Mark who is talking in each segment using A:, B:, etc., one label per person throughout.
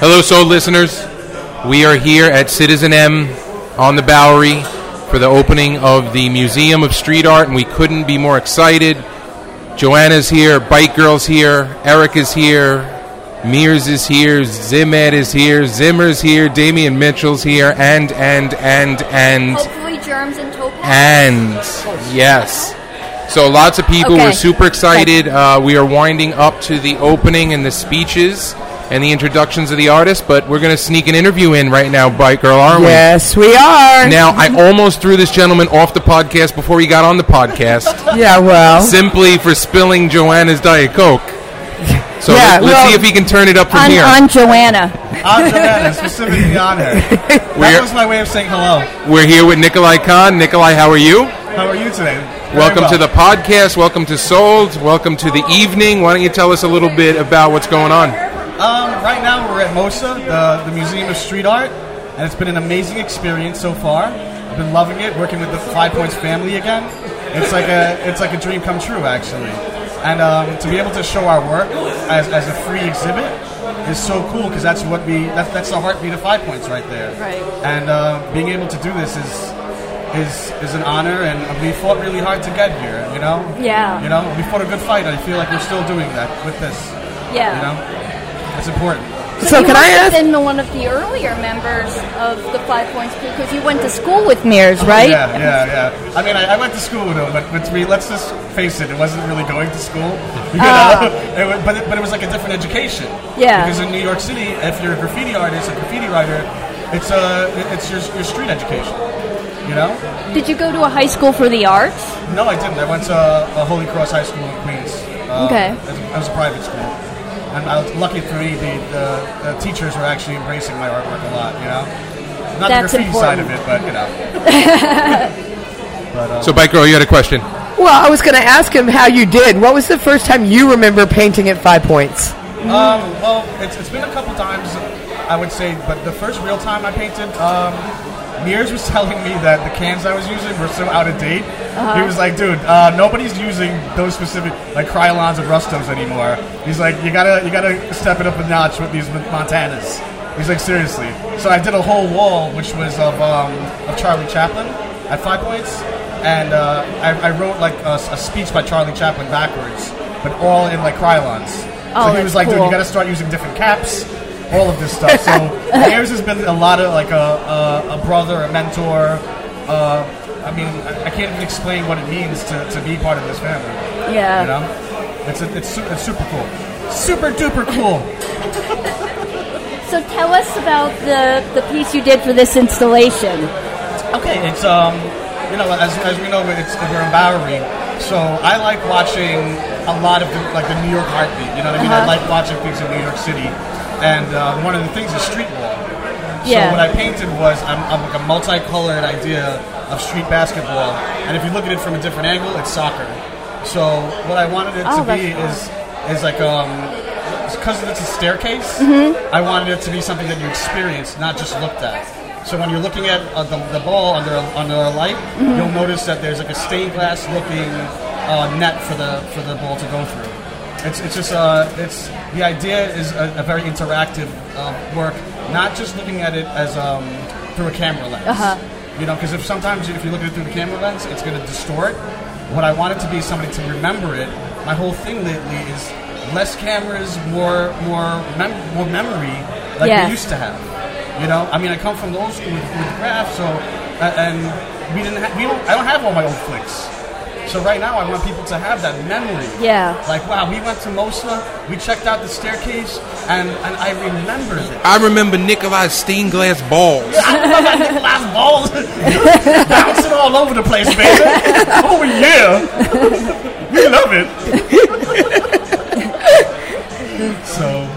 A: Hello, soul listeners. We are here at Citizen M on the Bowery for the opening of the Museum of Street Art, and we couldn't be more excited. Joanna's here, Bike Girl's here, Eric is here, Mears is here, Zimed is here, Zimmer's here, Damian Mitchell's here, and, and, and, and,
B: Hopefully, germs and topaz.
A: and, yes. So lots of people.
B: Okay.
A: We're super excited. Uh, we are winding up to the opening and the speeches and the introductions of the artists, but we're going to sneak an interview in right now, Bike Girl, aren't we?
C: Yes, we are.
A: Now, I almost threw this gentleman off the podcast before he got on the podcast,
C: yeah, well,
A: simply for spilling Joanna's Diet Coke. So
C: Yeah,
A: let, us
C: well-
A: see if he can turn it up from
B: On,
A: here.
B: on Joanna.
D: on Joanna, specifically on her.
A: We're-
D: That was my way of saying hello.
A: We're here with Nikolai Khan. Nikolai, how are you?
D: How are you today? Very
A: Welcome
D: well.
A: to the podcast. Welcome to Sold. Welcome to the evening. Why don't you tell us a little bit about what's going on?
D: Um, right now we're at MOSA, the, the Museum of Street Art, and it's been an amazing experience so far. I've been loving it, working with the Five Points family again. It's like a it's like a dream come true, actually. And um, to be able to show our work as, as a free exhibit is so cool because that's what we that's that's the heartbeat of Five Points right there.
B: Right.
D: And uh, being able to do this is. Is, is an honor, and we fought really hard to get here. You know,
B: Yeah.
D: You know, we fought a good fight. and I feel like we're still doing that with this.
B: Yeah.
D: You know, it's important.
C: so
B: you
C: can
B: must
C: I
B: have
C: ask?
B: been one of the earlier members of the Five Points because you went to school with Mears, right?
D: Yeah, yeah, yeah. I mean, I, I went to school with him, but, but we, let's just face it, it wasn't really going to school. You know? It wa- but, it, but it was like a different education.
B: Ah. Yeah.
D: Because in New York City, if you're a graffiti artist, a graffiti writer, it's uh, it- it's your, your street education. You know?
B: Did you go to a high school for the arts?
D: No, I didn't. I went to uh, Holy Cross High School in Queens. Um,
B: Okay.
D: It was, it was a private school. And I was lucky for me, the, the, the teachers were actually embracing my artwork a lot, you know? Not
B: That's
D: the graffiti side of
B: important.
D: it, but, you know. but, um,
A: So, Bike Girl, you had a question.
C: Well, I was going to ask him how you did. What was the first time you remember painting at Five Points?
D: Um, well, it's, it's been a couple times, I would say, but the first real time I painted, um, Mears was telling me that the cans I was using were so out of date.
B: Uh-huh.
D: He was like, "Dude, uh, nobody's using those specific like Krylons and Rustos anymore." He's like, "You gotta, you gotta step it up a notch with these Montanas." He's like, "Seriously." So I did a whole wall, which was of um, of Charlie Chaplin at Five Points, and uh, I, I wrote like a, a speech by Charlie Chaplin backwards, but all in like Krylons.
B: Oh,
D: so he
B: that's
D: was like, "Dude,
B: cool.
D: you gotta." start using different caps, all of this stuff. So Ayers has been a lot of like a, a, a brother, a mentor. Uh, I mean, I, I can't even explain what it means to, to be part of this family.
B: Yeah.
D: You know, it's a, it's, su- it's super cool, super duper cool.
B: So tell us about the, the piece you did for this installation.
D: Okay, it's um, you know, as, as we know, it's we're in Bowery, so I like watching a lot of the, like the New York heartbeat. You know what I mean? I like watching things in New York City, and uh, one of the things is street wall.
B: Yeah.
D: So what I painted was I'm, I'm like a multicolored idea of street basketball, and if you look at it from a different angle, it's soccer. So what I wanted it
B: Oh,
D: to be
B: that's
D: is is like um. Because it's a staircase,
B: Mm-hmm.
D: I wanted it to be something that you experience, not just looked at. So when you're looking at uh, the, the ball under a, under a light,
B: Mm-hmm.
D: you'll notice that there's like a stained glass looking uh, net for the for the ball to go through. It's, it's just uh, it's the idea is a, a very interactive uh, work, not just looking at it as um, through a camera lens.
B: Uh-huh.
D: You know, because if sometimes if you look at it through the camera lens, it's going to distort. What I want it to be is somebody to remember it. My whole thing lately is less cameras, more more mem- more memory, like
B: Yeah.
D: we used to have. You know, I mean, I come from the old school with, with graph, so uh, and we didn't ha- we don't I don't have all my old flicks. So right now, I want people to have that memory.
B: Yeah.
D: Like wow, we went to Mosla, we checked out the staircase, and and I remember it.
A: I remember Nikolai's stained glass balls.
D: Glass balls bouncing all over the place, baby. Oh yeah, we love it. so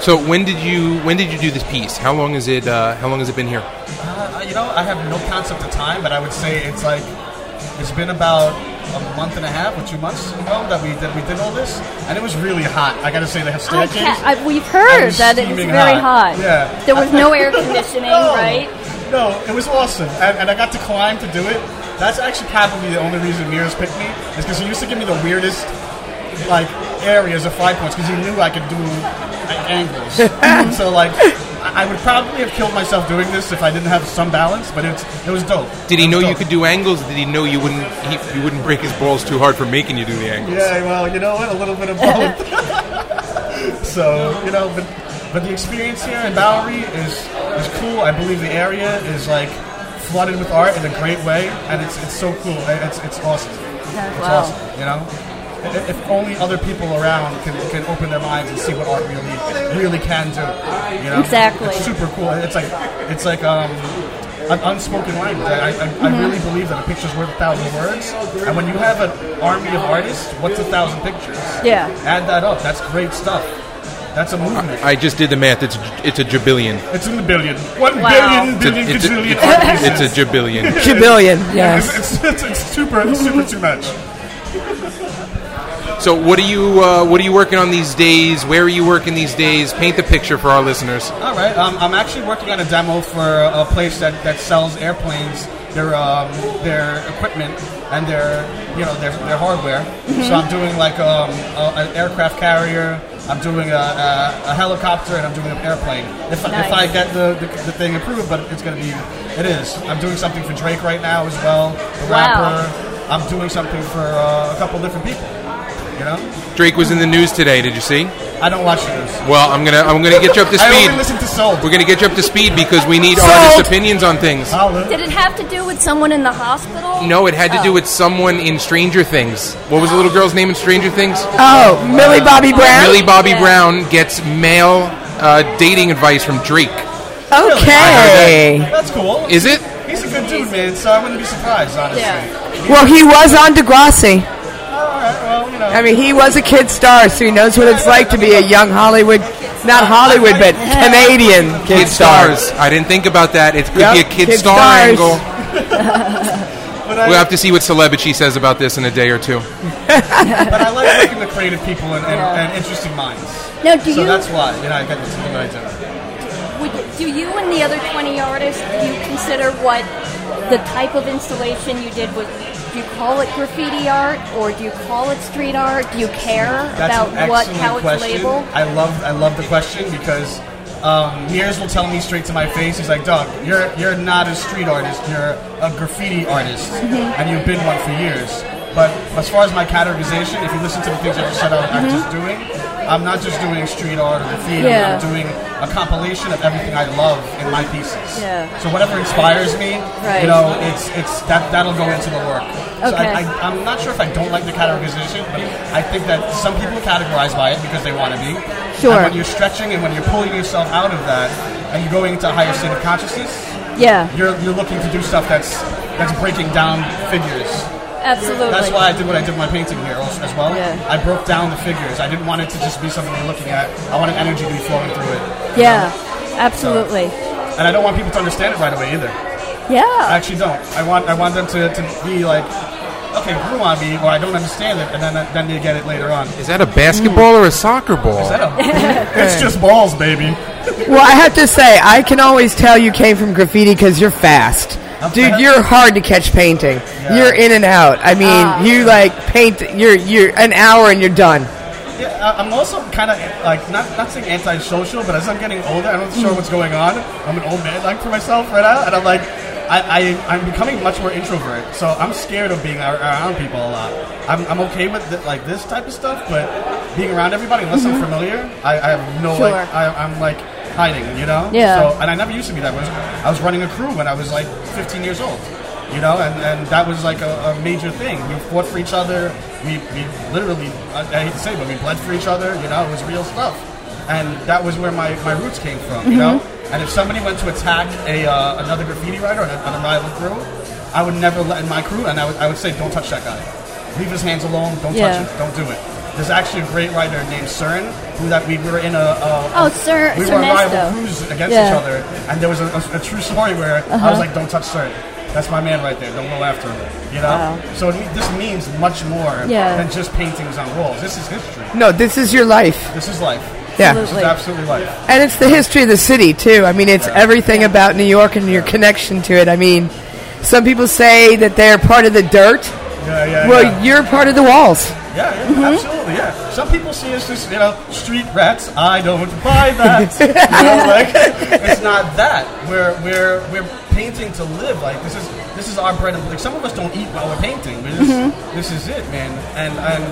A: So, when did you when did you do this piece? How long is it? Uh, how long has it been here?
D: uh, you know, I have no concept of time, but I would say it's like it's been about a month and a half or two months ago that we that we did all this, and it was really hot. I gotta say, the
B: I
D: staircase.
B: can't, I, we've heard
D: was
B: that it was
D: steaming
B: very hot.
D: hot. Yeah. Oh.
B: There was no air conditioning,
D: No.
B: right?
D: No, it was awesome, and, and I got to climb to do it. That's actually probably the only reason Mears picked me is because he used to give me the weirdest like areas of five points because he knew I could do uh, angles. so like, I I would probably have killed myself doing this if I didn't have some balance. But it's it was dope.
A: Did he
D: It was
A: know you
D: dope.
A: could do angles? Did he know you wouldn't he, you wouldn't break his balls too hard for making you do the angles?
D: Yeah, well, you know what? A little bit of both. so you know, but but the experience here in Bowery is is cool. I believe the area is like flooded with art in a great way, and it's it's so cool. I- It's it's awesome. It's
B: Wow.
D: awesome. You know. I- If only other people around can, can open their minds and see what art really really can do, you know.
B: Exactly.
D: It's super cool. It's like it's like um, an unspoken language. I, I,
B: Mm-hmm.
D: I really believe that a picture's worth a thousand words. And when you have an army of artists, what's a thousand pictures?
B: Yeah.
D: Add that up. That's great stuff. That's a movement.
A: I just did the math. It's it's a jabillion.
D: it's in the billion. One
B: Wow.
D: billion,
A: It's a,
D: billion,
A: it's a,
D: gazillion
A: it's
D: art
A: a-
D: pieces.
A: it's a jabillion.
C: Jabillion,
D: It's,
C: yes.
D: it's, it's, it's super, it's super too much.
A: So what are you uh, what are you working on these days? Where are you working these days? Paint the picture for our listeners.
D: All right. Um, I'm actually working on a demo for a place that, that sells airplanes, their um, their equipment, and their you know their, their hardware.
B: Mm-hmm.
D: So I'm doing like um, a, an aircraft carrier. I'm doing a, a, a helicopter and I'm doing an airplane. If, I if I
B: Nice.
D: get the, the, the thing approved, but it's going to be it is. I'm doing something for Drake right now as well, the
B: Wow.
D: rapper. I'm doing something for uh, a couple different people. You know,
A: Drake was in the news today. Did you see?
D: I don't watch news.
A: Well, I'm gonna I'm gonna get you up to
D: I only
A: speed.
D: listen to Soul.
A: We're gonna get you up to speed because we need
C: Sold.
A: artist opinions on things.
D: Holla.
B: Did it have to do with someone in the hospital?
A: No, it had to
B: Oh.
A: do with someone in Stranger Things. What was the little girl's name in Stranger Things?
C: Oh, Millie Bobby Brown.
A: Millie Bobby
B: Yeah.
A: Brown gets male uh, dating advice from Drake.
C: Okay.
D: That's cool.
A: Is it?
D: He's a good dude, man, so I wouldn't be surprised, honestly.
B: Yeah.
C: Well, he was on Degrassi.
D: Alright, well, you know.
C: I mean, he was a kid star, so he knows what it's like to be a young Hollywood, not Hollywood, but Canadian kid
A: Kid
C: star.
A: stars. I didn't think about that. It could
C: Yep,
A: be a kid,
C: kid
A: star
C: stars.
A: angle.
D: but, I,
A: We'll have to see what Celebrity says about this in a day or two.
D: but I like working with creative people and, and, and interesting minds.
B: Now, do
D: so
B: you
D: that's why, you know, I got this thing I do.
B: Would, do you and the other 20 artists, do you consider what the type of installation you did was, do you call it graffiti art or do you call it street art? Do you care
D: That's
B: about
D: an
B: what,
D: excellent
B: how it's
D: question.
B: labeled?
D: I love, I love the question because um, Mears will tell me straight to my face. He's like, "Doug, you're you're not a street artist. You're a graffiti artist,
B: Mm-hmm.
D: and you've been one for years." But as far as my categorization, if you listen to the things I just said, I'm, I'm just doing. I'm not just doing street art or graffiti.
B: Mm-hmm. Yeah.
D: I'm doing a compilation of everything I love in my pieces.
B: Yeah.
D: So whatever inspires me,
B: Right.
D: you know, it's it's that that'll go into the work. So
B: Okay.
D: I, I, I'm not sure if I don't like the categorization, but I think that some people categorize by it because they want to be.
B: Sure.
D: And when you're stretching and when you're pulling yourself out of that and you're going into a higher state of consciousness,
B: yeah,
D: you're, you're looking to do stuff that's that's breaking down figures.
B: absolutely.
D: That's why I did what I did with my painting here als- as well.
B: Yeah.
D: I broke down the figures. I didn't want it to just be something you're looking at. I wanted energy to be flowing through it.
B: yeah, absolutely.
D: And I don't want people to understand it right away either. I
B: Yeah,
D: actually don't. I want I want them to, to be like, okay, grew on me, or I don't understand it, and then then they get it later on.
A: Is that a basketball or a soccer ball?
D: Shut up. it's just balls, baby.
C: Well, I have to say, I can always tell you came from graffiti because you're fast. Dude,
D: fast?
C: you're hard to catch painting. You're in and out. I mean, you like paint. You're you're an hour and you're done.
D: Yeah, I- I'm also kind of like not not saying antisocial, but as I'm getting older, I'm not sure
B: Mm.
D: what's going on. I'm an old man like for myself right now, and I'm like. I, I, I'm becoming much more introvert, so I'm scared of being ar- around people a lot. I'm, I'm okay with th- like this type of stuff, but being around everybody, unless I'm familiar, I, I have no
B: Mm-hmm. Sure.
D: like I, I'm like hiding, you know.
B: Yeah.
D: So and I never used to be that. way. I was running a crew when I was like 15 years old, you know, and, and that was like a, a major thing. We fought for each other. We, we literally, I, I hate to say, it, but we bled for each other. You know, it was real stuff, and that was where my, my roots came from. You know,
B: Mm-hmm.
D: and if somebody went to attack a uh, another graffiti writer on a, on a rival crew, I would never let in my crew, and I would, I would say, don't touch that guy. Leave his hands alone. Don't
B: Yeah.
D: touch it. Don't do it. There's actually a great writer named Cern who that we were in a, a
B: Oh, Sir-
D: we
B: Sir
D: were rival
B: Nesto.
D: crews against
B: Yeah. Uh-huh.
D: each other, and there was a, a, a true story where I was like, "Don't touch Cert. That's my man right there. Don't go after him." You know.
B: Wow.
D: So it, this means much more
B: Yeah.
D: than just paintings on walls. This is history.
C: No, this is your life.
D: This is life.
C: Yeah,
D: This is
B: Absolutely.
D: absolutely life.
C: and it's the history of the city too. I mean, it's everything about New York and your connection to it. I mean, some people say that they're part of the dirt.
D: Yeah, yeah.
C: Well,
D: yeah.
C: you're part of the walls.
D: yeah, yeah absolutely. Yeah, yeah, some people see us as you know street rats. I don't buy that. you know, like it's not that. We're we're we're painting to live. Like this is this is our bread and like some of us don't eat while we're painting. But this, this is it, man. And and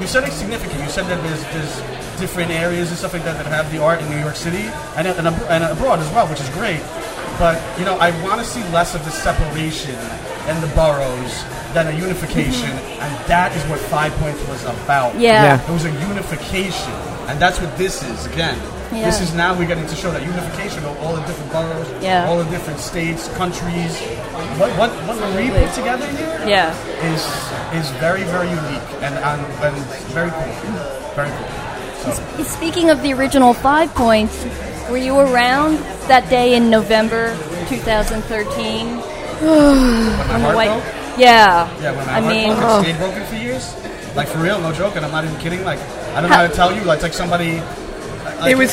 D: you said it's significant. You said that there's there's different areas and stuff like that that have the art in New York City and and, ab- and abroad as well, which is great. But you know, I want to see less of the separation and the boroughs than a unification, and that is what Five Points was about.
C: Yeah.
B: Mm-hmm. Yeah.
D: It was a unification, and that's what this is again.
B: Yeah.
D: This is now we're getting to show that unification of all the different boroughs,
B: Yeah.
D: all the different states, countries. What what what we
B: Absolutely.
D: put together here
B: Yeah.
D: is is very very unique and and, and very cool, very cool. So
B: Speaking of the original five points, were you around that day in November 2013
D: when my
B: on the
D: heart
B: White?
D: broke,
B: Yeah.
D: yeah, when my
B: I
D: heart
B: mean, oh.
D: broke, it stayed broken for years. Like for real, no joke, and I'm not even kidding. Like I don't know
B: How-
D: how to tell you. Like it's like somebody. like,
C: It was